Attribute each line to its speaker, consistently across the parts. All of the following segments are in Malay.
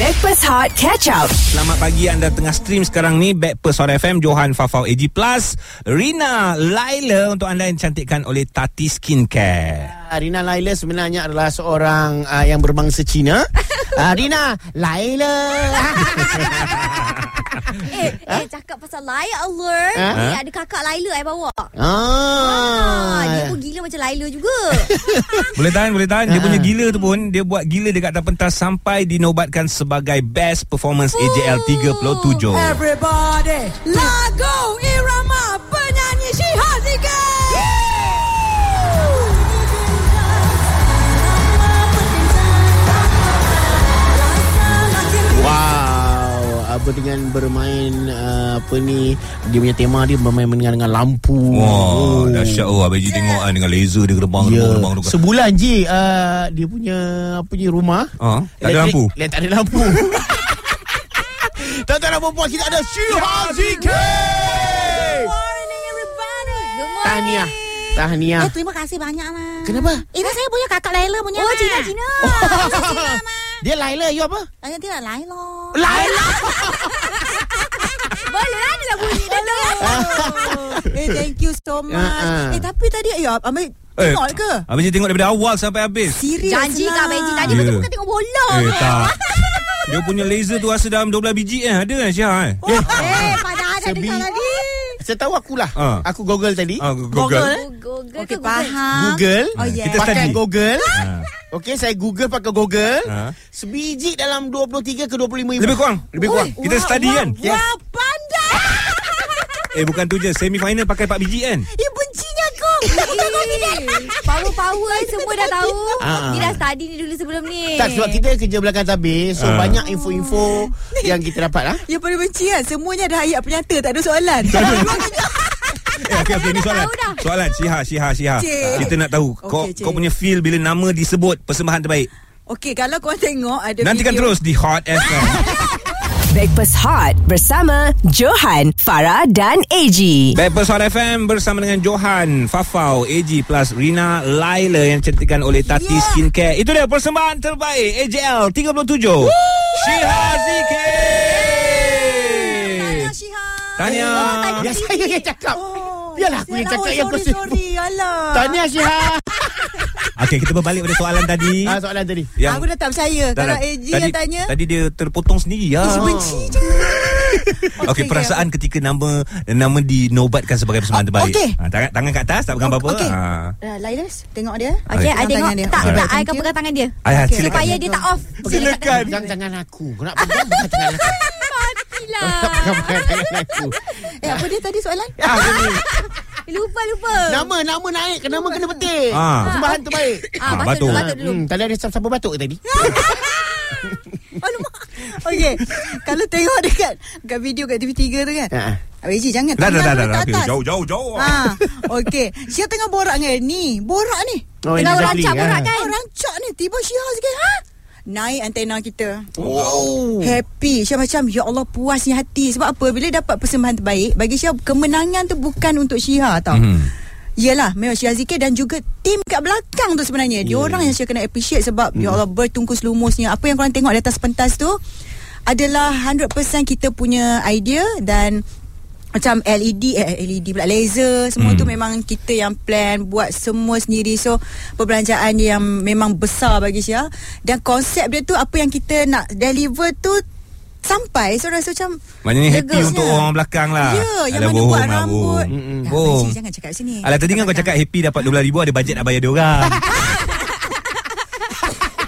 Speaker 1: Backpass Hot Catch Up.
Speaker 2: Selamat pagi anda tengah stream sekarang ni Backpers on FM Johan Fafau AG Plus Rina Laila untuk anda yang dicantikkan oleh Tati Skincare
Speaker 3: Ah, Rina Laila sebenarnya adalah seorang uh, yang berbangsa Cina. Uh, Rina Laila.
Speaker 4: Eh, eh cakap pasal Laila alert.
Speaker 3: Ha?
Speaker 4: Eh, ada kakak Laila I bawa. Ah, dia
Speaker 3: ah.
Speaker 4: pun gila macam Laila juga.
Speaker 2: Boleh tahan boleh tahan Dia punya gila tu pun Dia buat gila dekat atas pentas Sampai dinobatkan sebagai Best Performance AJL 37
Speaker 1: Everybody, lagu irama penyanyi Syihazika.
Speaker 3: Wow, apa dengan bermain uh, apa ni? Dia punya tema dia bermain dengan, dengan lampu.
Speaker 2: Wah dahsyat oh Abang Haji tengok kan Dengan laser dia gerbang
Speaker 3: Ya.
Speaker 2: yeah. gerbang, gerbang, gerbang.
Speaker 3: Sebulan je uh, dia punya apa ni rumah.
Speaker 2: Ah, tak ada lampu?
Speaker 3: Lain tak ada lampu. Tuan-tuan dan puan kita ada Syuhazike.
Speaker 4: Morning everybody. Good morning.
Speaker 3: Tahniah. Tahniah.
Speaker 4: Eh, terima kasih banyak lah.
Speaker 3: Kenapa?
Speaker 4: Eh, saya punya kakak Laila punya. Oh, Cina Cina.
Speaker 1: lah,
Speaker 4: Oh. Cina mah.
Speaker 3: Dia Laila you apa?
Speaker 4: Tanya dia lah, Laila.
Speaker 3: Laila.
Speaker 4: Boleh lah dia lah bunyi dia tu.
Speaker 1: eh, thank you so much.
Speaker 3: Ah, ah.
Speaker 1: Eh, tapi tadi ya, Amir tengok ke?
Speaker 2: Abang Haji tengok daripada awal sampai habis
Speaker 1: Serius
Speaker 4: Janji
Speaker 1: lah.
Speaker 4: Kak Benji tadi
Speaker 2: Ya.
Speaker 4: betul bukan tengok bola.
Speaker 2: Eh
Speaker 4: ke?
Speaker 2: tak Dia punya laser tu rasa dalam 12 biji eh Ada kan Syah eh
Speaker 4: Oh, eh, padahal dah
Speaker 3: Sebi-
Speaker 4: dengar tadi.
Speaker 3: Setahu akulah.
Speaker 2: Ah.
Speaker 3: Aku Google tadi.
Speaker 2: Ah,
Speaker 1: Google.
Speaker 2: Google.
Speaker 1: Okey,
Speaker 4: Google eh? ke Google?
Speaker 1: faham.
Speaker 3: Google
Speaker 1: Oh, yes.
Speaker 2: Kita
Speaker 3: Pakai
Speaker 2: study.
Speaker 3: Google
Speaker 2: Ah.
Speaker 3: Okey saya Google pakai Google
Speaker 2: Ah.
Speaker 3: Sebiji dalam 23 ke 25 ribu
Speaker 2: Lebih kurang
Speaker 3: Lebih kurang
Speaker 2: Oi. Kita
Speaker 1: Wah,
Speaker 2: study
Speaker 1: wah,
Speaker 2: kan?
Speaker 1: Wah,
Speaker 3: Yes.
Speaker 1: Ah, pandai.
Speaker 2: Eh bukan tu je Semi final pakai 4 biji kan
Speaker 1: Eh, bencinya kau.
Speaker 4: Bukan confident Power-power Semua dah tahu
Speaker 3: Ah.
Speaker 4: Dia dah study ni dulu sebelum
Speaker 1: Eh.
Speaker 4: ni
Speaker 3: Tak sebab kita kerja belakang tabir So
Speaker 2: Ah.
Speaker 3: banyak info-info Yang kita dapat lah
Speaker 1: Yang paling benci kan Semuanya ada ayat penyata Tak ada soalan Tak ada
Speaker 2: Eh, okay, okay, ni soalan.
Speaker 4: Tahu dah.
Speaker 2: Soalan Siha, Siha, Siha.
Speaker 1: Cik.
Speaker 2: Kita nak tahu kau
Speaker 1: Okey, cik.
Speaker 2: kau punya feel bila nama disebut persembahan terbaik.
Speaker 1: Okey kalau korang tengok Ada
Speaker 2: Nantikan
Speaker 1: video
Speaker 2: terus di Hot FM.
Speaker 5: Breakfast Hot bersama Johan, Farah dan AG.
Speaker 2: Backpers Hot FM bersama dengan Johan, Fafau, AG plus Rina Laila yang cantikan oleh Tati
Speaker 1: Ya.
Speaker 2: Skincare. Itu dia persembahan terbaik AJL 37. Siha Zikir.
Speaker 1: Tahniah Syihab
Speaker 2: Tahniah.
Speaker 4: tanya
Speaker 2: Ya.
Speaker 3: Yang saya yang cakap
Speaker 1: Oh,
Speaker 3: Biarlah aku yang
Speaker 1: sial.
Speaker 3: cakap
Speaker 1: Oh,
Speaker 3: yang kau
Speaker 1: sorry, sorry Alah
Speaker 3: Tahniah Syihah
Speaker 2: Okey, kita berbalik pada soalan tadi.
Speaker 3: ah, Soalan tadi
Speaker 1: yang Aku dah tak percaya
Speaker 2: Tak,
Speaker 1: Kalau
Speaker 2: tak.
Speaker 1: AG
Speaker 2: tadi,
Speaker 1: yang tanya Oh,
Speaker 2: Tadi dia terpotong sendiri ya.
Speaker 1: Ih, benci je
Speaker 2: Okey, okay, perasaan ketika nama nama dinobatkan sebagai persembahan terbaik.
Speaker 1: okey.
Speaker 2: Ha, tangan, tangan ke atas tak pegang apa-apa.
Speaker 1: Okey.
Speaker 2: Ha.
Speaker 1: Uh, Lailas Tengok dia
Speaker 4: Okay, I Ah, tengok Ah,
Speaker 1: tangan dia.
Speaker 4: Tak,
Speaker 1: Alright.
Speaker 4: tak I akan
Speaker 1: Thank you.
Speaker 4: pegang tangan dia
Speaker 2: Ayah,
Speaker 1: Okey.
Speaker 2: silakan.
Speaker 4: Supaya dia tak off
Speaker 2: Silakan.
Speaker 3: Pegang tangan aku Kau nak pegang bukan tangan aku
Speaker 4: Matilah
Speaker 3: Pegang bukan tangan aku
Speaker 1: Eh apa dia tadi soalan
Speaker 3: ah, gini.
Speaker 4: Lupa, lupa
Speaker 3: Nama Nama naik Nama kena petik
Speaker 2: Ah.
Speaker 3: Persembahan terbaik
Speaker 4: Ah,
Speaker 2: Ah,
Speaker 4: batuk dulu,
Speaker 2: batuk.
Speaker 4: batuk dulu
Speaker 3: Hmm, tadi ada siapa batuk ke tadi?
Speaker 1: Ya. Alamak Oh, Okey Kalau tengok dekat Dekat video kat TV3 tu kan
Speaker 3: Ah.
Speaker 1: Abang AG jangan
Speaker 2: Dah, dah,
Speaker 1: tangan dulu
Speaker 2: dah, dah, dah.
Speaker 1: ke
Speaker 2: Okey,
Speaker 1: atas.
Speaker 2: Jauh, jauh, jauh.
Speaker 1: Ha, okey. Syah tengah borak dengan ni. Borak ni.
Speaker 3: Oh,
Speaker 4: Tengah
Speaker 3: Elizabeth
Speaker 4: rancak
Speaker 3: Lee,
Speaker 4: borak
Speaker 3: ah.
Speaker 4: kan
Speaker 1: Oh, rancak ni. Tiba Syah sikit. Ha? Naik antena kita.
Speaker 3: Oh.
Speaker 1: Happy Syah macam Ya Allah puasnya hati Sebab apa Bila dapat persembahan terbaik Bagi Syah Kemenangan tu bukan untuk Syah tau
Speaker 2: Mhm.
Speaker 1: mm Yelah Memang Syah Zikir Dan juga tim kat belakang tu sebenarnya
Speaker 2: Ya.
Speaker 1: yeah. Diorang yang Syah kena appreciate
Speaker 2: Hmm.
Speaker 1: Sebab Ya Allah bertungkus lumusnya Apa yang korang tengok Di atas pentas tu Adalah 100% kita punya idea Dan macam LED eh, LED pula laser semua
Speaker 2: Hmm.
Speaker 1: tu memang kita yang plan buat semua sendiri so perbelanjaan dia yang memang besar bagi Syah dan konsep dia tu apa yang kita nak deliver tu sampai so rasa macam
Speaker 2: Maknanya happy
Speaker 1: legusnya.
Speaker 2: untuk orang belakang lah.
Speaker 1: ya yang mana
Speaker 2: Alah, bohong
Speaker 1: buat
Speaker 2: lah,
Speaker 1: rambut
Speaker 2: bohong. Mm-mm.
Speaker 1: Ya,
Speaker 2: Bohong.
Speaker 1: Pakcik, jangan cakap sini
Speaker 2: Alah tadi kan kau cakap happy dapat RM12,000 ada bajet nak bayar dia orang.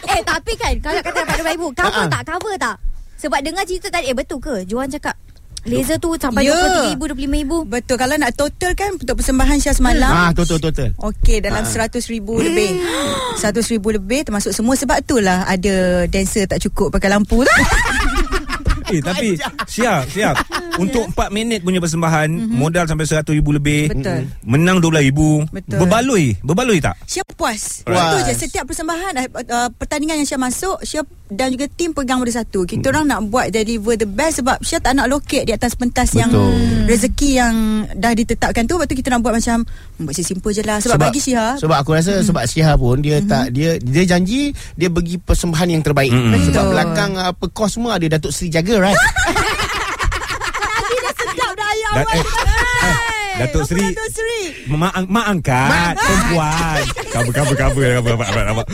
Speaker 4: Eh, tapi kan Kalau kata dapat RM2,000
Speaker 3: Ah.
Speaker 4: Cover tak, cover tak Sebab dengar cerita tadi Eh, betul ke Johan cakap Laser tu sampai
Speaker 1: Ya.
Speaker 4: RM23,000, RM25,000
Speaker 1: betul kalau nak total kan untuk persembahan Syah semalam
Speaker 3: Ah, total total.
Speaker 1: Okey dalam seratus ribu lebih Seratus ribu lebih termasuk semua Sebab itulah ada dancer tak cukup pakai lampu tu Mhm.
Speaker 2: eh tapi siap, siap. Untuk 4 minit punya persembahan mm-hmm. Modal sampai RM100,000 lebih
Speaker 1: Betul.
Speaker 2: Menang RM12,000
Speaker 1: Betul.
Speaker 2: Berbaloi Berbaloi tak?
Speaker 1: Syah puas.
Speaker 3: Puas.
Speaker 1: Itu je setiap persembahan uh, uh, pertandingan yang Syah masuk, Syah dan juga tim pegang pada satu. Kita orang nak buat deliver the best sebab Syah tak nak locate di atas pentas yang
Speaker 3: Betul.
Speaker 1: rezeki yang dah ditetapkan tu. Lepas tu kita nak buat macam hmm, buat simple je lah sebab, sebab bagi Hmm. Syah
Speaker 3: Sebab aku rasa mm. sebab Syah pun dia mm-hmm. tak dia dia janji dia bagi persembahan yang terbaik. Mm. Sebab
Speaker 1: Betul.
Speaker 3: belakang apa kos semua ada Datuk Seri jaga right.
Speaker 1: sedap dah ayam
Speaker 2: Dat- eh, eh, Datuk Seri
Speaker 1: Datuk Seri.
Speaker 2: Mak mak angkat Perempuan Cover cover cover Cover cover cover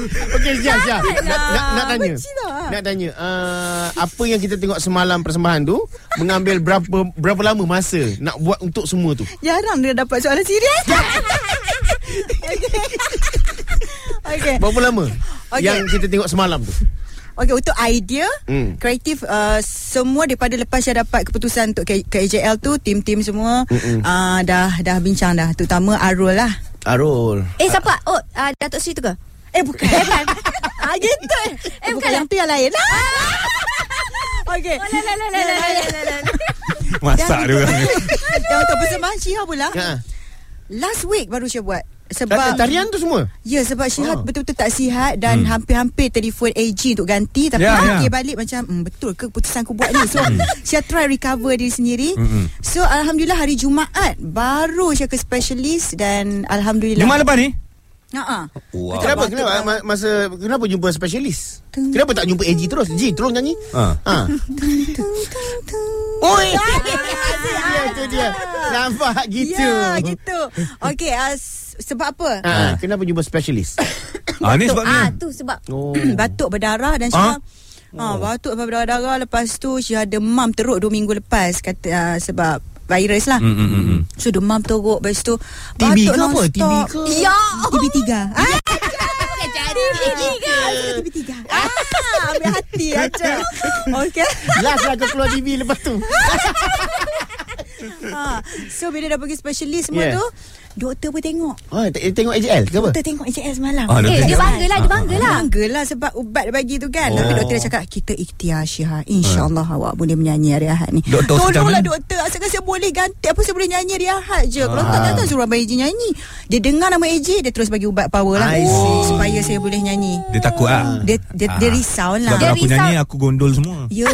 Speaker 3: Okey Syah Syah. Nak, nak, nak tanya.
Speaker 1: lah. Benci tak?
Speaker 3: Nak tanya uh, apa yang kita tengok semalam persembahan tu mengambil berapa berapa lama masa nak buat untuk semua tu?
Speaker 1: Jarang dia dapat soalan serius. Okey.
Speaker 3: Berapa lama
Speaker 1: Okey.
Speaker 3: yang kita tengok semalam tu?
Speaker 1: Okey untuk idea
Speaker 3: Hmm.
Speaker 1: mm. kreatif uh, semua daripada lepas saya dapat keputusan untuk ke, ke AJL tu tim-tim semua uh, dah dah bincang dah terutama Arul lah.
Speaker 3: Arul.
Speaker 4: Eh siapa? Oh, uh, Datuk Sri tu ke?
Speaker 1: Eh bukan.
Speaker 4: Eh bukan. ah gitu.
Speaker 1: eh,
Speaker 4: Eh
Speaker 1: bukan
Speaker 4: bukan.
Speaker 1: yang tu yang lain. Okey.
Speaker 4: Oh, la, la, la, la, la, la, la, la.
Speaker 2: Masak dia orang
Speaker 1: Yang untuk persembahan Syihah pula.
Speaker 2: Ya.
Speaker 3: Ha.
Speaker 1: Last week baru saya buat
Speaker 3: Ta-
Speaker 1: sebab
Speaker 3: Tarian tu semua.
Speaker 1: Ya sebab Syihab
Speaker 3: Ah.
Speaker 1: oh. betul-betul tak sihat Dan hmm. hampir-hampir telefon AG untuk ganti Tapi
Speaker 2: Ya,
Speaker 1: yeah,
Speaker 2: ya.
Speaker 1: fikir balik macam mm, Betul ke keputusan aku buat ni So Syihab try recover diri sendiri hmm. So Alhamdulillah hari Jumaat Baru Syihab ke specialist Dan Alhamdulillah
Speaker 2: Jumaat lepas ni
Speaker 1: Ha-ha.
Speaker 2: Wow.
Speaker 3: Kenapa?
Speaker 1: Betul.
Speaker 3: Kenapa Ma- masa kenapa jumpa spesialis?
Speaker 1: Tung,
Speaker 3: Kenapa tak jumpa AG terus? G tolong nyanyi.
Speaker 2: Ha.
Speaker 3: Ha. Oi. Ya tu dia. Nampak gitu.
Speaker 1: Ya gitu Okay uh, Sebab apa?
Speaker 3: Ha, kenapa jumpa spesialis?
Speaker 2: Ah ni
Speaker 4: Ah
Speaker 2: sebabnya
Speaker 4: tu sebab
Speaker 3: Oh.
Speaker 1: batuk berdarah dan Syah ha? batuk berdarah-darah lepas tu Syah demam teruk 2 minggu lepas kata uh, sebab virus lah.
Speaker 2: Hmm, hmm, hmm, hmm.
Speaker 1: So demam teruk Lepas tu batuk
Speaker 3: TB ke apa?
Speaker 1: non-stop.
Speaker 3: TB ke?
Speaker 4: Ya
Speaker 1: TB tiga ah,
Speaker 4: Jadi gigi ke?
Speaker 1: TB tiga ah, Ambil hati aja Okay
Speaker 3: Last lah kau keluar TV lepas tu.
Speaker 1: ha. So bila dah pergi specialist semua
Speaker 3: Yeah.
Speaker 1: tu Doktor pun tengok
Speaker 3: Oh, t- tengok AJL ke apa?
Speaker 1: Doktor tengok AJL semalam
Speaker 2: Ah,
Speaker 4: Eh dia banggalah, dia banggalah.
Speaker 1: Bangga lah sebab ubat dia bagi tu kan
Speaker 2: Oh.
Speaker 1: Tapi doktor dia cakap Kita ikhtiar Syiha InsyaAllah awak boleh menyanyi hari Ahad ni
Speaker 2: Eh. Doktor
Speaker 1: Tolonglah
Speaker 2: sekarang ni-
Speaker 1: doktor Asalkan saya boleh ganti Apa saya boleh nyanyi hari Ahad je Kalau
Speaker 2: Ah.
Speaker 1: tak datang suruh Abang Eji nyanyi Dia dengar nama Eji Dia terus bagi ubat power lah
Speaker 3: I see.
Speaker 1: Supaya saya boleh nyanyi
Speaker 2: Dia takut ah.
Speaker 1: Dia, dia, dia
Speaker 2: Ah.
Speaker 1: risau
Speaker 2: Sebab Ah.
Speaker 1: lah
Speaker 4: Dia
Speaker 2: kalau aku
Speaker 4: risau.
Speaker 2: nyanyi Aku gondol semua
Speaker 1: Ya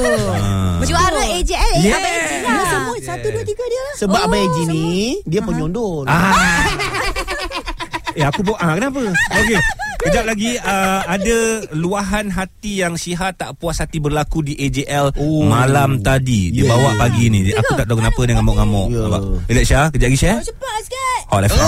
Speaker 4: Juara AJL eh,
Speaker 2: Yeah.
Speaker 4: Abang Eji
Speaker 1: Ya
Speaker 4: lah.
Speaker 1: semua Satu dua tiga dia lah
Speaker 3: Sebab oh, Abang AJ ni Dia
Speaker 1: Oh.
Speaker 3: penyondol
Speaker 2: Ah. eh aku buat ah kenapa? Okey. Kejap lagi uh, ada luahan hati yang Syiha tak puas hati berlaku di AJL oh.
Speaker 3: Oh.
Speaker 2: malam tadi. Dia
Speaker 3: Yeah.
Speaker 2: bawa pagi ni. Dia, aku tak tahu kenapa dia ngamuk-ngamuk.
Speaker 3: Yeah.
Speaker 2: Yeah. Relax Syiha, kejap lagi Syiha.
Speaker 1: Cepat sikit
Speaker 2: Oh, left.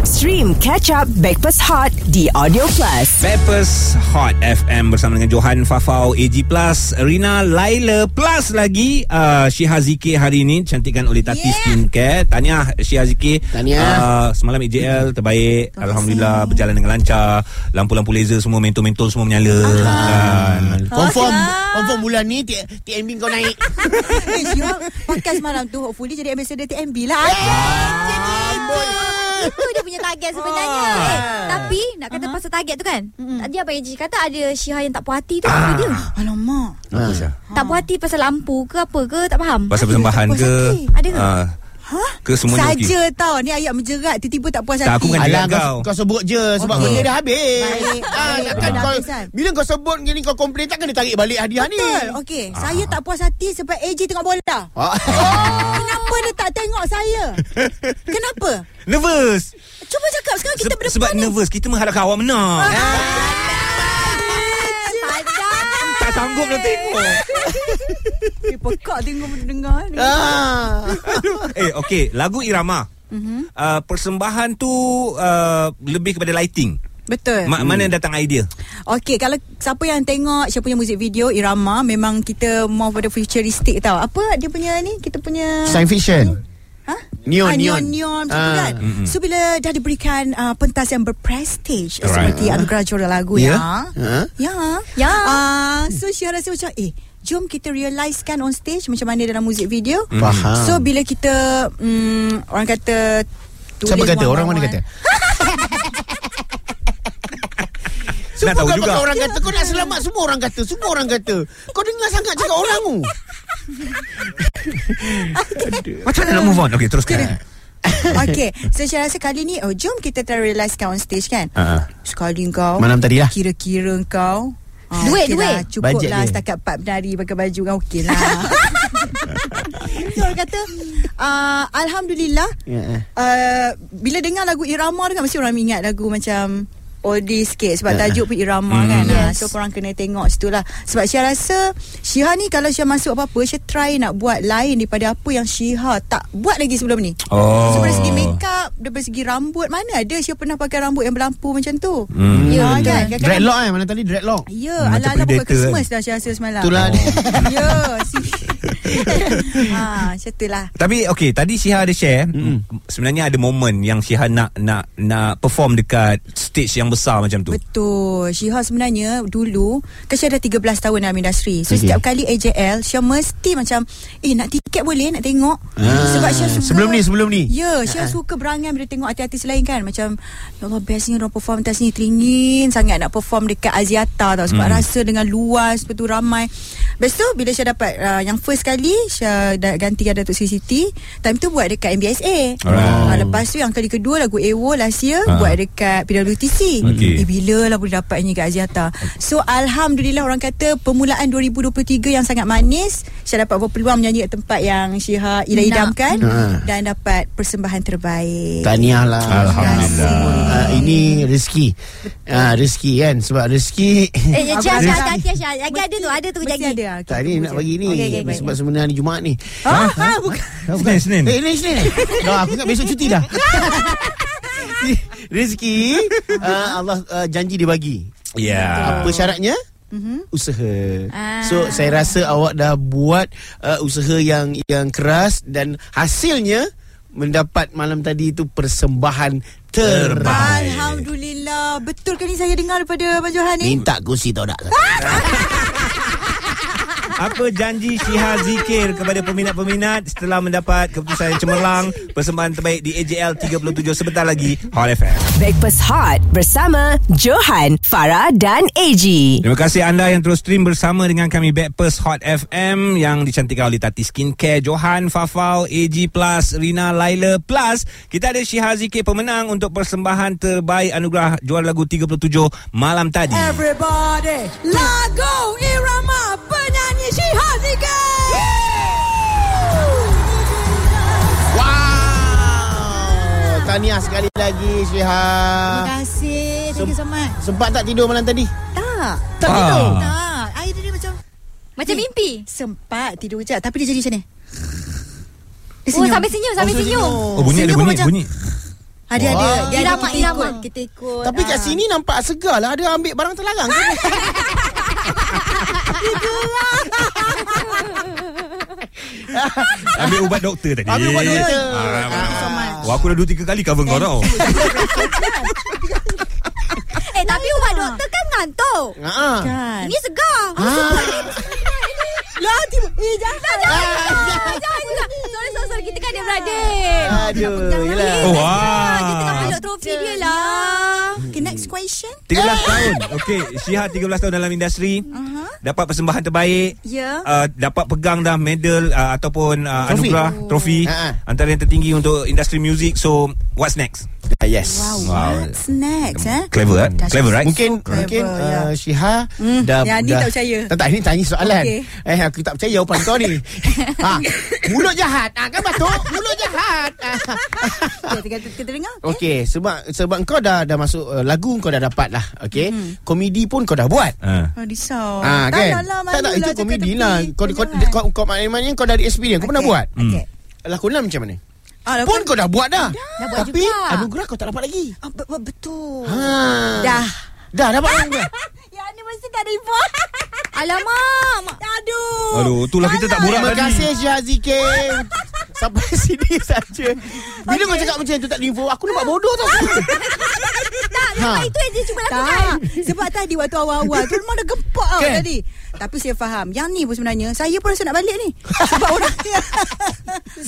Speaker 5: Stream Catch Up Backpass Hot di Audio Plus.
Speaker 2: Peppers Hot FM bersama dengan Johan Fafau AG Plus Rina Laila Plus lagi uh, Syiha Zikir hari ini Cantikan oleh Tati yeah. Skincare Tahniah Syiha Zikir
Speaker 3: Tahniah.
Speaker 2: uh, Semalam AJL terbaik Alhamdulillah berjalan dengan lancar Lampu-lampu laser semua Mentol-mentol semua menyala Dan
Speaker 1: Oh,
Speaker 3: Confirm Confirm bulan ni T- TMB kau naik
Speaker 1: Eh Syiha Pakai semalam tu Hopefully jadi ambassador TMB lah
Speaker 4: Itu dia punya target sebenarnya eh, Tapi nak kata pasal target tu kan Tadi Abang Eji kata ada Syihah yang tak puas hati tu Apa dia?
Speaker 1: Alamak
Speaker 3: ha.
Speaker 4: Tak puas hati pasal lampu ke apa ke Tak faham
Speaker 2: Pasal
Speaker 1: tak
Speaker 2: persembahan
Speaker 1: puas
Speaker 2: ke
Speaker 1: hati.
Speaker 4: Ada ke?
Speaker 2: ah,
Speaker 1: Hah?
Speaker 2: Ke semuanya okey?
Speaker 1: Saja tau Ni ayat menjerat Tiba-tiba tak puas
Speaker 2: Tak,
Speaker 1: hati
Speaker 2: aku bukan
Speaker 3: Alah
Speaker 2: Kau-
Speaker 3: kau, kau sebut je Sebab
Speaker 1: Okey.
Speaker 3: okay. benda dah habis
Speaker 1: Baik,
Speaker 3: ah,
Speaker 1: baik.
Speaker 3: takkan
Speaker 1: Dah
Speaker 3: kau,
Speaker 1: habis, kan?
Speaker 3: Bila kau sebut gini Kau komplain takkan dia tarik balik hadiah ni
Speaker 1: Betul Okey ah. Saya tak puas hati Sebab AJ tengok bola Oh,
Speaker 3: Ah.
Speaker 1: Kenapa dia tak tengok saya Kenapa
Speaker 2: Nervous
Speaker 1: Cuba cakap Sekarang kita
Speaker 2: Se-
Speaker 1: berdepan
Speaker 2: Sebab Ah.
Speaker 1: ni Ah.
Speaker 2: nervous Kita mengharapkan awak menang Tak sanggup nak tengok
Speaker 1: Eh pekak tengok mendengar ni
Speaker 3: Ah.
Speaker 2: Eh okey Lagu Irama mm-hmm. uh, Persembahan tu uh, Lebih kepada lighting
Speaker 1: Betul
Speaker 2: Ma- Mana datang idea
Speaker 1: Okey, kalau siapa yang tengok Siapa punya muzik video Irama Memang kita more pada futuristic tau Apa dia punya ni Kita punya
Speaker 3: Science fiction
Speaker 1: Ha?
Speaker 3: Neon,
Speaker 1: ah, neon,
Speaker 3: neon.
Speaker 1: neon macam tu
Speaker 3: Ah.
Speaker 1: kan. So bila dah diberikan uh, pentas yang berprestige
Speaker 2: Alright.
Speaker 1: seperti anugerah juara lagu
Speaker 3: Ya. Ha?
Speaker 1: ya. Ya.
Speaker 4: Ya.
Speaker 1: Ah, so Syah rasa macam eh Jom kita realisekan on stage macam mana dalam muzik video.
Speaker 2: Mm-hmm.
Speaker 3: Faham.
Speaker 1: So bila kita mm, orang kata tulis
Speaker 3: Siapa kata
Speaker 1: one-on-one.
Speaker 3: Orang mana kata
Speaker 2: Nak tahu
Speaker 3: kau
Speaker 2: juga
Speaker 3: Ah. pakai orang kata Kau nak selamat Semua orang kata Semua orang kata Kau dengar sangat cakap orang tu
Speaker 2: Macam mana nak move on? Okay, teruskan.
Speaker 1: Okay So saya rasa kali ni oh, Jom kita try realise kau on stage kan
Speaker 3: Ah, ah.
Speaker 1: Sekali kau
Speaker 3: Malam tadi lah.
Speaker 1: Kira-kira kau ah,
Speaker 4: Duit,
Speaker 1: okey
Speaker 4: duit.
Speaker 1: lah, Cukup
Speaker 3: Bajet
Speaker 1: lah
Speaker 3: dia.
Speaker 1: Setakat part penari Pakai baju kan okey lah So orang kata uh, Alhamdulillah
Speaker 3: Ya, eh.
Speaker 1: uh, Bila dengar lagu irama tu kan Mesti orang ingat lagu macam Oldie sikit Sebab
Speaker 3: Ya.
Speaker 1: tajuk pun irama kan
Speaker 2: Hmm.
Speaker 1: yes.
Speaker 4: Yes.
Speaker 1: So korang kena tengok situ lah Sebab Syah rasa Syah ni kalau Syah masuk apa-apa Syah try nak buat lain Daripada apa yang Syah tak buat lagi sebelum ni
Speaker 2: Oh.
Speaker 1: So dari segi make up Dari segi rambut Mana ada Syah pernah pakai rambut yang berlampu macam tu
Speaker 2: Hmm.
Speaker 4: Ya,
Speaker 1: Ah, kan?
Speaker 4: betul.
Speaker 1: Kadang-kadang-
Speaker 3: Dreadlock eh Malam tadi dreadlock
Speaker 1: Ya,
Speaker 2: Macam
Speaker 1: ala-ala bukan
Speaker 2: predator kan?
Speaker 1: Christmas dah Syah rasa semalam
Speaker 3: Itulah dia.
Speaker 1: Ya si- ha, Macam tu lah
Speaker 2: Tapi okay Tadi Syihah ada share mm Sebenarnya ada momen Yang Syihah nak Nak nak perform dekat Stage yang besar macam tu
Speaker 1: Betul Syihah sebenarnya Dulu Kan Syihah dah 13 tahun dalam industri So
Speaker 3: Okey.
Speaker 1: setiap kali AJL Syihah mesti macam Eh nak tiket boleh Nak tengok
Speaker 3: Ah,
Speaker 1: Sebab Syihah suka
Speaker 3: sebelum ni, Ah, sebelum ni.
Speaker 1: Ya Syihah suka berangan Bila tengok artis-artis lain kan Macam Ya Allah bestnya Orang perform atas ni Teringin sangat Nak perform dekat Aziata tau
Speaker 3: Hmm.
Speaker 1: Sebab rasa dengan luas Lepas tu ramai Lepas tu bila Syihah dapat uh, Yang first kali Syihah dah gantikan Datuk Sri Siti Time tu buat dekat MBSA
Speaker 2: Alright.
Speaker 3: Oh,
Speaker 1: Ah, Lepas tu yang kali kedua Lagu AWO last year
Speaker 2: Ah.
Speaker 1: Buat dekat PWTC
Speaker 2: Okey.
Speaker 1: Eh bila lah boleh dapat ni kat Aziata So Alhamdulillah orang kata Permulaan 2023 yang sangat manis Syah dapat berpeluang menyanyi kat tempat yang Syiha Ila
Speaker 4: Nak.
Speaker 1: idamkan
Speaker 3: Ha.
Speaker 1: Dan dapat persembahan terbaik
Speaker 3: Tahniah lah
Speaker 2: Alhamdulillah.
Speaker 3: uh, Ini rezeki uh, Rezeki kan Sebab rezeki
Speaker 4: Eh,
Speaker 1: Apa
Speaker 4: Syah,
Speaker 1: lagi?
Speaker 4: Syah, hati-hati ya, Syah. Lagi ada tu, ada tu
Speaker 1: Mesti
Speaker 4: lagi.
Speaker 1: ada lah.
Speaker 3: Tak ni nak bagi ni
Speaker 1: Okey, okey, baik.
Speaker 3: Sebab sebenarnya hari Jumaat ni
Speaker 1: Ah, ah, bukan.
Speaker 2: Senin Senin
Speaker 3: Eh, Isnin Isnin Dah aku ingat besok cuti dah Rezeki uh, Allah uh, janji dia bagi
Speaker 2: Ya
Speaker 3: Apa syaratnya? Mm-hmm. Usaha. Ah. So saya rasa awak dah buat uh, usaha yang yang keras dan hasilnya mendapat malam tadi itu persembahan terbaik.
Speaker 1: Alhamdulillah Betul ke ni saya dengar daripada Abang Johan ni?
Speaker 3: Minta kursi tau tak?
Speaker 2: Apa janji Syihah zikir Kepada peminat-peminat Setelah mendapat Keputusan yang cemerlang Persembahan terbaik Di AJL 37 Sebentar lagi Hot FM
Speaker 5: Breakfast Hot bersama Johan, Farah dan AG.
Speaker 2: Terima kasih anda yang terus stream bersama dengan kami Backpers Hot FM yang dicantikkan oleh Tati Skincare, Johan, Fafau, AG Plus, Rina, Laila Plus. Kita ada Syiha Zikir pemenang untuk persembahan terbaik anugerah juara lagu 37 malam tadi.
Speaker 1: Everybody Lagu Irama Penyanyi Syiha Zika
Speaker 3: Wow! Tahniah sekali lagi Syiha.
Speaker 1: Terima kasih Thank you so much
Speaker 3: Sempat tak tidur malam tadi?
Speaker 1: Tak
Speaker 3: Tak
Speaker 2: Ah.
Speaker 3: tidur.
Speaker 1: Tak Air dia macam
Speaker 4: Macam mimpi.
Speaker 1: Sempat tidur kejap Tapi dia jadi macam ni Dia
Speaker 4: Oh,
Speaker 1: senyum.
Speaker 4: sambil senyum, sambil senyum.
Speaker 2: Oh bunyi ada
Speaker 1: Senyum
Speaker 2: bunyi
Speaker 1: macam-
Speaker 2: bunyi.
Speaker 1: Ada ada
Speaker 3: Wah.
Speaker 1: Dia ada
Speaker 4: Irama,
Speaker 1: kita
Speaker 4: irama.
Speaker 1: ikut Kita ikut
Speaker 3: Tapi kat
Speaker 1: Ah.
Speaker 3: sini nampak segar lah Ada ambil barang terlarang ke?
Speaker 2: Ambil ubat doktor tadi.
Speaker 3: Ambil ubat doktor.
Speaker 2: Ah,
Speaker 3: Thank you so
Speaker 1: much.
Speaker 2: Wah, aku dah dua tiga kali cover kau tau.
Speaker 4: Eh, tapi ubat doktor kan ngantuk.
Speaker 3: Haa
Speaker 1: Kan
Speaker 4: Ini segar.
Speaker 3: Ah.
Speaker 1: Lah tiba Eh jangan
Speaker 4: Jangan, jangan, jangan. Sorry, sorry, sorry. Kita kan ada beradik.
Speaker 3: Aduh yelah.
Speaker 2: Oh,
Speaker 4: Ah,
Speaker 2: wah.
Speaker 4: Kita tengah peluk trofi dia lah.
Speaker 1: Ya. Okay next question
Speaker 2: 13 tahun. Okey, Syiha 13 tahun dalam industri.
Speaker 3: Hmm.
Speaker 2: Uh-huh. Dapat persembahan terbaik.
Speaker 1: Ya.
Speaker 2: Uh, dapat pegang dah medal uh, ataupun uh,
Speaker 3: Ah. Trofi. Oh. Ha,
Speaker 2: anugerah, trofi.
Speaker 3: Ha-ha.
Speaker 2: Antara yang tertinggi untuk industri music. So, what's next?
Speaker 3: Ah, Yes
Speaker 2: Wow.
Speaker 1: What's next eh?
Speaker 2: Clever, eh?
Speaker 1: Dahsyat.
Speaker 2: Clever, right?
Speaker 3: Mungkin
Speaker 1: Clever,
Speaker 3: mungkin
Speaker 1: ya.
Speaker 3: uh, Syiha hmm, dah
Speaker 1: yang ni
Speaker 3: dah,
Speaker 1: tak percaya.
Speaker 3: Tak tak ini tanya soalan.
Speaker 1: Okey.
Speaker 3: Eh aku tak percaya jawapan kau ni. ha, mulut jahat. Ah kan batuk, mulut jahat. Ah.
Speaker 1: Okay, kita, kita dengar eh? okay?
Speaker 3: Okey, sebab sebab kau dah dah masuk uh, lagu kau dah dapat lah. Okey. Komedi pun kau dah buat.
Speaker 2: Uh.
Speaker 1: Hmm. Oh, risau.
Speaker 3: Ah
Speaker 1: tak
Speaker 3: kan?
Speaker 1: nak lah,
Speaker 3: tak tak
Speaker 1: malulah
Speaker 3: itu
Speaker 1: cakap
Speaker 3: komedi
Speaker 1: tepi.
Speaker 3: lah. Kau kau
Speaker 1: Jangan.
Speaker 3: kau, kau maknanya kau dah ada experience. Kau pernah
Speaker 1: Okey,
Speaker 3: buat.
Speaker 1: okey.
Speaker 3: Lakonan macam mana?
Speaker 1: Ah, lah,
Speaker 3: Pun
Speaker 1: kan-
Speaker 3: kau dah buat dah.
Speaker 4: Dah buat
Speaker 3: Tapi
Speaker 4: juga.
Speaker 3: anugerah kau tak dapat lagi.
Speaker 1: Ah, be- be- betul.
Speaker 3: Ha.
Speaker 1: Dah.
Speaker 3: Dah dapat anugerah.
Speaker 1: Yang ni mesti tak ada info.
Speaker 4: Alamak. mak-
Speaker 1: Aduh.
Speaker 2: Aduh, itulah kita tak borak
Speaker 3: Terima
Speaker 2: tadi.
Speaker 3: kasih Syah Zikir Sampai sini saja Bila kau cakap macam tu tak ada info Aku nampak bodoh tau
Speaker 4: Tak, lepas
Speaker 3: Ha.
Speaker 4: itu yang dia cuba lakukan.
Speaker 1: Ah. Tak. Sebab tadi waktu awal-awal tu memang dah gempak okay.
Speaker 3: Kan?
Speaker 1: tadi. Tapi saya faham. Yang ni pun sebenarnya saya pun rasa nak balik ni. Sebab orang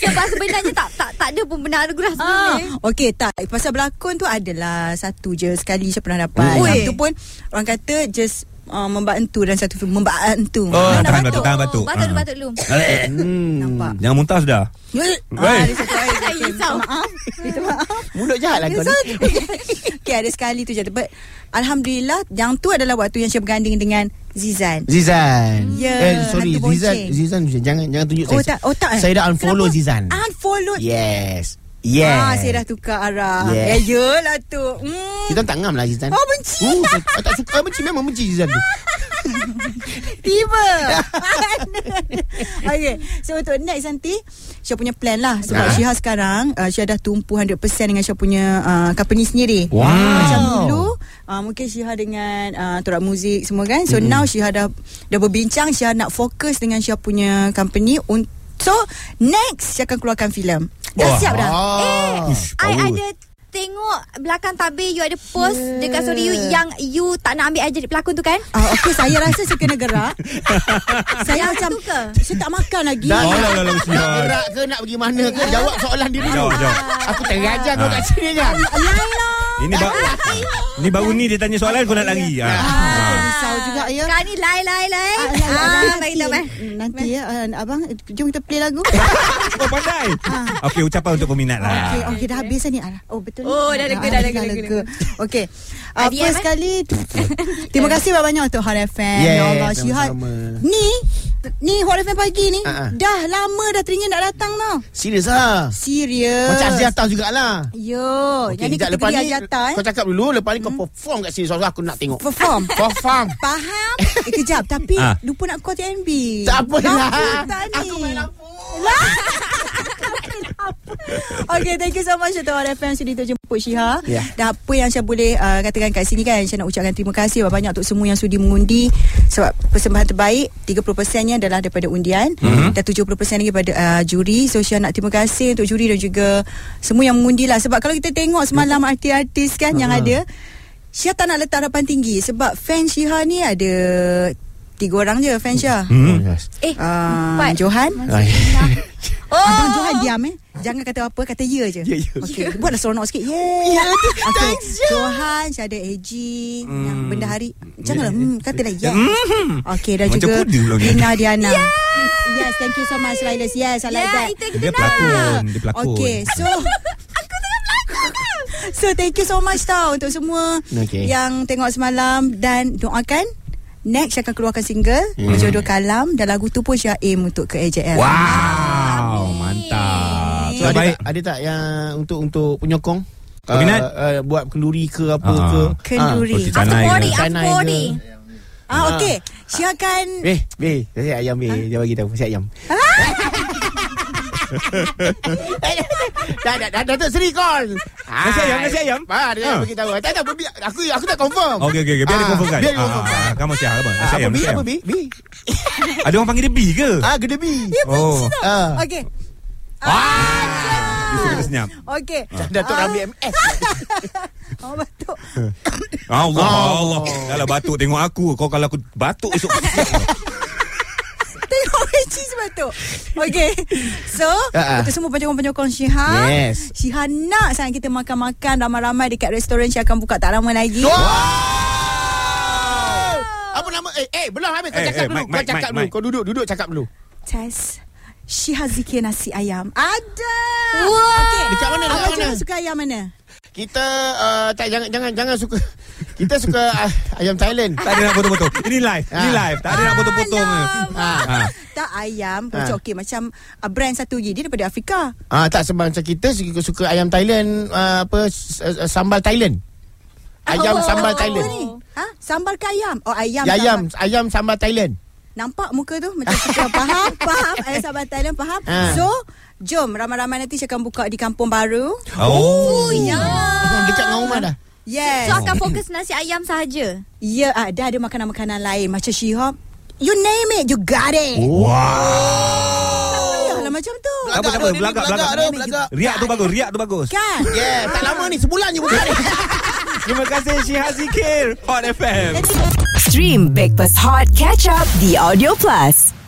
Speaker 4: Sebab sebenarnya tak tak tak ada pun benar anugerah
Speaker 1: Ah,
Speaker 4: sebenarnya.
Speaker 1: Okey tak Pasal berlakon tu adalah Satu je Sekali saya pernah dapat
Speaker 3: Ui.
Speaker 1: Ui. Itu pun Orang kata just uh, membantu dan satu membantu.
Speaker 2: Oh,
Speaker 1: Nak batuk.
Speaker 2: tahan batuk, tahan batuk.
Speaker 4: Batuk dulu,
Speaker 2: Ah.
Speaker 4: batuk dulu.
Speaker 3: Hmm.
Speaker 1: Nampak.
Speaker 2: Jangan muntah sudah.
Speaker 1: Yoi.
Speaker 2: Hey.
Speaker 1: Ah, ada satu air.
Speaker 4: Saya risau.
Speaker 3: Mulut jahat lah kau ni.
Speaker 1: Okay, ada sekali tu je. But, Alhamdulillah, yang tu adalah waktu yang saya berganding dengan Zizan.
Speaker 3: Zizan.
Speaker 1: Ya,
Speaker 3: eh, sorry
Speaker 1: hantu
Speaker 3: Zizan,
Speaker 1: bonceng.
Speaker 3: Zizan Zizan jangan jangan tunjuk
Speaker 1: Oh
Speaker 3: saya.
Speaker 1: tak, oh tak. eh?
Speaker 3: Saya dah unfollow
Speaker 1: Kenapa?
Speaker 3: Zizan.
Speaker 1: Unfollow.
Speaker 3: Yes. Yes.
Speaker 1: Ah, saya dah tukar arah.
Speaker 3: Yes.
Speaker 1: Yeah. Eh, yelah tu. Hmm.
Speaker 3: Kita tak ngam lah Zizan.
Speaker 1: Oh, benci.
Speaker 3: Uh, saya- saya tak suka Ah, benci memang benci Zizan tu.
Speaker 1: Tiba Okay So untuk next nanti Syah punya plan lah Sebab
Speaker 3: Ah.
Speaker 1: Syah sekarang uh, Syah dah tumpu 100% Dengan Syah punya uh, Company sendiri
Speaker 2: Wow.
Speaker 1: Macam dulu uh, Mungkin Syah dengan uh, Torak muzik semua kan So mm-hmm. now Syah dah Dah berbincang Syah nak fokus Dengan Syah punya Company un- So next Syah akan keluarkan filem Dah
Speaker 2: Wah.
Speaker 1: siap dah
Speaker 3: Eh,
Speaker 2: Ush, Ah.
Speaker 4: I
Speaker 2: power.
Speaker 4: ada tengok belakang tabir you ada post yeah. dekat story you yang you tak nak ambil air jadi pelakon tu kan?
Speaker 1: Uh, okay saya rasa saya kena gerak Saya
Speaker 4: Yang
Speaker 1: macam
Speaker 4: tu ke?
Speaker 1: Saya tak makan lagi
Speaker 3: Dah
Speaker 2: Oh, lah, lah, lah,
Speaker 3: Nak
Speaker 2: Zizan.
Speaker 3: gerak ke nak pergi mana ke Jawab soalan diri dulu
Speaker 2: Jawab, Ah. jawab.
Speaker 3: Aku terajang kau kat sini kan
Speaker 4: lah.
Speaker 2: Ini baru Ini baru ni dia tanya soalan kau nak lari. Ah.
Speaker 1: Ah, risau juga ya
Speaker 4: Sekarang ni lai lai lai.
Speaker 1: Ah,
Speaker 4: Ah,
Speaker 1: nanti,
Speaker 4: bagi tahu eh.
Speaker 1: nanti ya uh, abang jom kita play lagu. Ah,
Speaker 2: Oh pandai.
Speaker 3: Ah.
Speaker 2: Okey ucapan untuk peminat lah.
Speaker 1: Okey, okey dah habis dah ni. Alah, Oh betul. ni.
Speaker 4: Oh, dah
Speaker 1: Ah,
Speaker 4: lega,
Speaker 1: ah,
Speaker 4: dah lega, lega, lega.
Speaker 1: Okey. Uh,
Speaker 4: Hadiah,
Speaker 1: first
Speaker 4: eh?
Speaker 1: sekali terima kasih banyak-banyak untuk Hot FM.
Speaker 3: Yes,
Speaker 1: ya Allah Syihad.
Speaker 3: sama-sama.
Speaker 1: Ni ni Hot FM pagi ni
Speaker 3: Ah, ah.
Speaker 1: dah lama dah teringin nak datang tau.
Speaker 3: Serius lah
Speaker 1: Serius.
Speaker 3: Macam Azia atas jugalah
Speaker 1: Yo,
Speaker 3: Okey,
Speaker 1: yang ni
Speaker 3: kejap lepas
Speaker 1: kategori
Speaker 3: ni
Speaker 1: Aziata eh. Hmm.
Speaker 3: Kau cakap dulu Lepas ni kau perform kat sini Seolah aku nak tengok
Speaker 1: Perform.
Speaker 3: Perform
Speaker 1: Faham? Eh, kejap tapi
Speaker 2: Ah.
Speaker 1: lupa nak call TNB.
Speaker 3: Tak apalah
Speaker 1: Lampu tak ni.
Speaker 3: Aku main lampu
Speaker 1: Okay, thank you so much untuk Hot FM sudi untuk jemput Syiha.
Speaker 3: Ya.
Speaker 1: Yeah. Dan apa yang saya boleh uh, katakan kat sini kan, saya nak ucapkan terima kasih banyak-banyak untuk semua yang sudi mengundi. Sebab persembahan terbaik, 30%-nya adalah daripada undian. Mm-hmm. Dan 70% lagi daripada uh, juri. So, Syiha nak terima kasih untuk juri dan juga semua yang mengundi lah. Sebab kalau kita tengok semalam artis-artis kan yang ada, Syiha tak nak letak harapan tinggi. Sebab fan Syiha ni ada tiga orang je fan Syiha. Mm.
Speaker 2: Hmm.
Speaker 4: Eh,
Speaker 1: Uh,
Speaker 4: empat.
Speaker 1: Johan.
Speaker 3: Ay.
Speaker 4: Oh,
Speaker 1: Abang Johan diam eh Jangan kata apa Kata ya je
Speaker 3: Ya, ya.
Speaker 1: okay. Buatlah seronok sikit Yeah, yeah. Okay. Johan Saya ada AG hmm. Yang benda hari Janganlah hmm, Katalah ya yeah.
Speaker 2: Hmm.
Speaker 1: Okay dan
Speaker 2: Macam
Speaker 1: juga
Speaker 2: kuda pula ni.
Speaker 1: Lina Diana yeah. Yes thank you so much Lailus Yes I like
Speaker 4: ya
Speaker 1: that
Speaker 4: itu
Speaker 2: Dia
Speaker 4: kita
Speaker 2: pelakon, dia pelakon.
Speaker 1: Okay so So thank you so much tau Untuk semua
Speaker 3: Okay.
Speaker 1: Yang tengok semalam Dan doakan Next Syah akan keluarkan single Berjodoh Kalam Dan lagu tu pun Syah aim untuk ke AJL
Speaker 2: Wow, mantap.
Speaker 3: So ada
Speaker 2: Terbaik.
Speaker 3: tak, ada tak yang Untuk untuk penyokong
Speaker 2: Peminat?
Speaker 3: uh, Buat kenduri ke apa
Speaker 2: Ah.
Speaker 3: ke
Speaker 1: Kenduri
Speaker 2: Ah,
Speaker 4: After
Speaker 2: Canai
Speaker 4: body,
Speaker 2: ke?
Speaker 4: after
Speaker 3: Canai ke?
Speaker 4: body.
Speaker 1: Ah, okey. Syah akan
Speaker 3: Ah. Beh, beh, saya ayam beh. Dia bagi tahu saya ayam. dah, dah, dah, Datuk Seri call.
Speaker 2: Nasi ayam, nasi ayam?
Speaker 3: Ah, dia
Speaker 2: Ah.
Speaker 3: bagi tahu. Tak, tak, berbi- aku aku tak confirm.
Speaker 2: Okey okey okey biar dia
Speaker 3: Ah,
Speaker 2: confirmkan.
Speaker 3: Biar dia
Speaker 2: Ah,
Speaker 3: confirmkan.
Speaker 2: ah, Kamu siap apa?
Speaker 3: Ah,
Speaker 2: Nasi ayam,
Speaker 3: apa bi?
Speaker 2: nasi ayam.
Speaker 3: Apa bi? Bi.
Speaker 2: Ada orang panggil dia B ke?
Speaker 3: Ah, gede bi.
Speaker 2: Oh.
Speaker 3: Ah.
Speaker 1: okey.
Speaker 2: Ah. Itu kita senyap.
Speaker 1: Okey.
Speaker 3: Datuk Ramli MS.
Speaker 1: Oh, batuk.
Speaker 2: Allah
Speaker 3: Oh.
Speaker 2: Allah. Kalau batuk tengok aku, kau kalau aku batuk esok.
Speaker 1: Tengok Richie sebab tu. Okey. So,
Speaker 3: Ah, ah.
Speaker 1: untuk semua penyokong-penyokong Syiha.
Speaker 3: Yes.
Speaker 1: Syiha nak sangat kita makan-makan ramai-ramai dekat restoran Syiha akan buka tak lama lagi.
Speaker 3: Wow. Apa nama? Eh, eh, belum habis kau
Speaker 2: Eh,
Speaker 3: cakap
Speaker 2: eh,
Speaker 3: dulu.
Speaker 2: mic,
Speaker 3: Kau
Speaker 2: mic,
Speaker 3: cakap
Speaker 2: mic,
Speaker 3: dulu.
Speaker 2: mic.
Speaker 3: Kau duduk, duduk cakap dulu.
Speaker 1: Test. Syiha zikir nasi ayam. Ada.
Speaker 4: Wah.
Speaker 1: Okey.
Speaker 3: Dekat mana, dekat
Speaker 1: Abang
Speaker 3: mana?
Speaker 1: Johan suka ayam mana?
Speaker 3: Kita uh, tak jangan jangan jangan suka kita suka uh, ayam Thailand.
Speaker 2: tak ada nak potong-potong. Ini live. Ini
Speaker 3: Ah.
Speaker 2: live. Tak ada nak potong-potong.
Speaker 3: Ah.
Speaker 2: Ah.
Speaker 1: Tak ayam.
Speaker 3: Ah.
Speaker 1: Macam okey macam uh, brand satu lagi dia daripada Afrika.
Speaker 3: Ah tak sebab macam kita suka, suka ayam Thailand uh, apa s- uh, sambal Thailand. Ayam
Speaker 4: Oh.
Speaker 3: sambal
Speaker 4: Apa
Speaker 3: Thailand.
Speaker 4: ni?
Speaker 1: Ha? Sambal ke ayam? Oh ayam.
Speaker 3: Ya, ayam
Speaker 1: sambal.
Speaker 3: ayam sambal Thailand.
Speaker 1: Nampak muka tu macam suka faham, faham. Ayah sahabat Thailand faham.
Speaker 4: Ah.
Speaker 3: Ha.
Speaker 1: So, jom ramai-ramai nanti saya akan buka di Kampung Baru.
Speaker 2: Oh.
Speaker 4: Ya.
Speaker 3: Oh, dekat dengan rumah dah.
Speaker 1: Ya. Yes.
Speaker 4: So akan fokus nasi ayam sahaja.
Speaker 1: Ya, ah, dah ada makanan-makanan lain macam Shihab. You name it, you got it. Oh.
Speaker 4: Oh.
Speaker 1: Yalah macam tu.
Speaker 2: Apa nama? Belagak,
Speaker 3: Belagak tu,
Speaker 2: belagak.
Speaker 3: dia ni belagak.
Speaker 2: Riak tu bagus, riak tu bagus.
Speaker 1: Kan?
Speaker 3: Yeah, Ya, tak lama ni sebulan je bukan ni.
Speaker 2: Terima kasih Syihah Zikir Hot FM.
Speaker 5: Stream Breakfast Hot Catch Up The Audio Plus.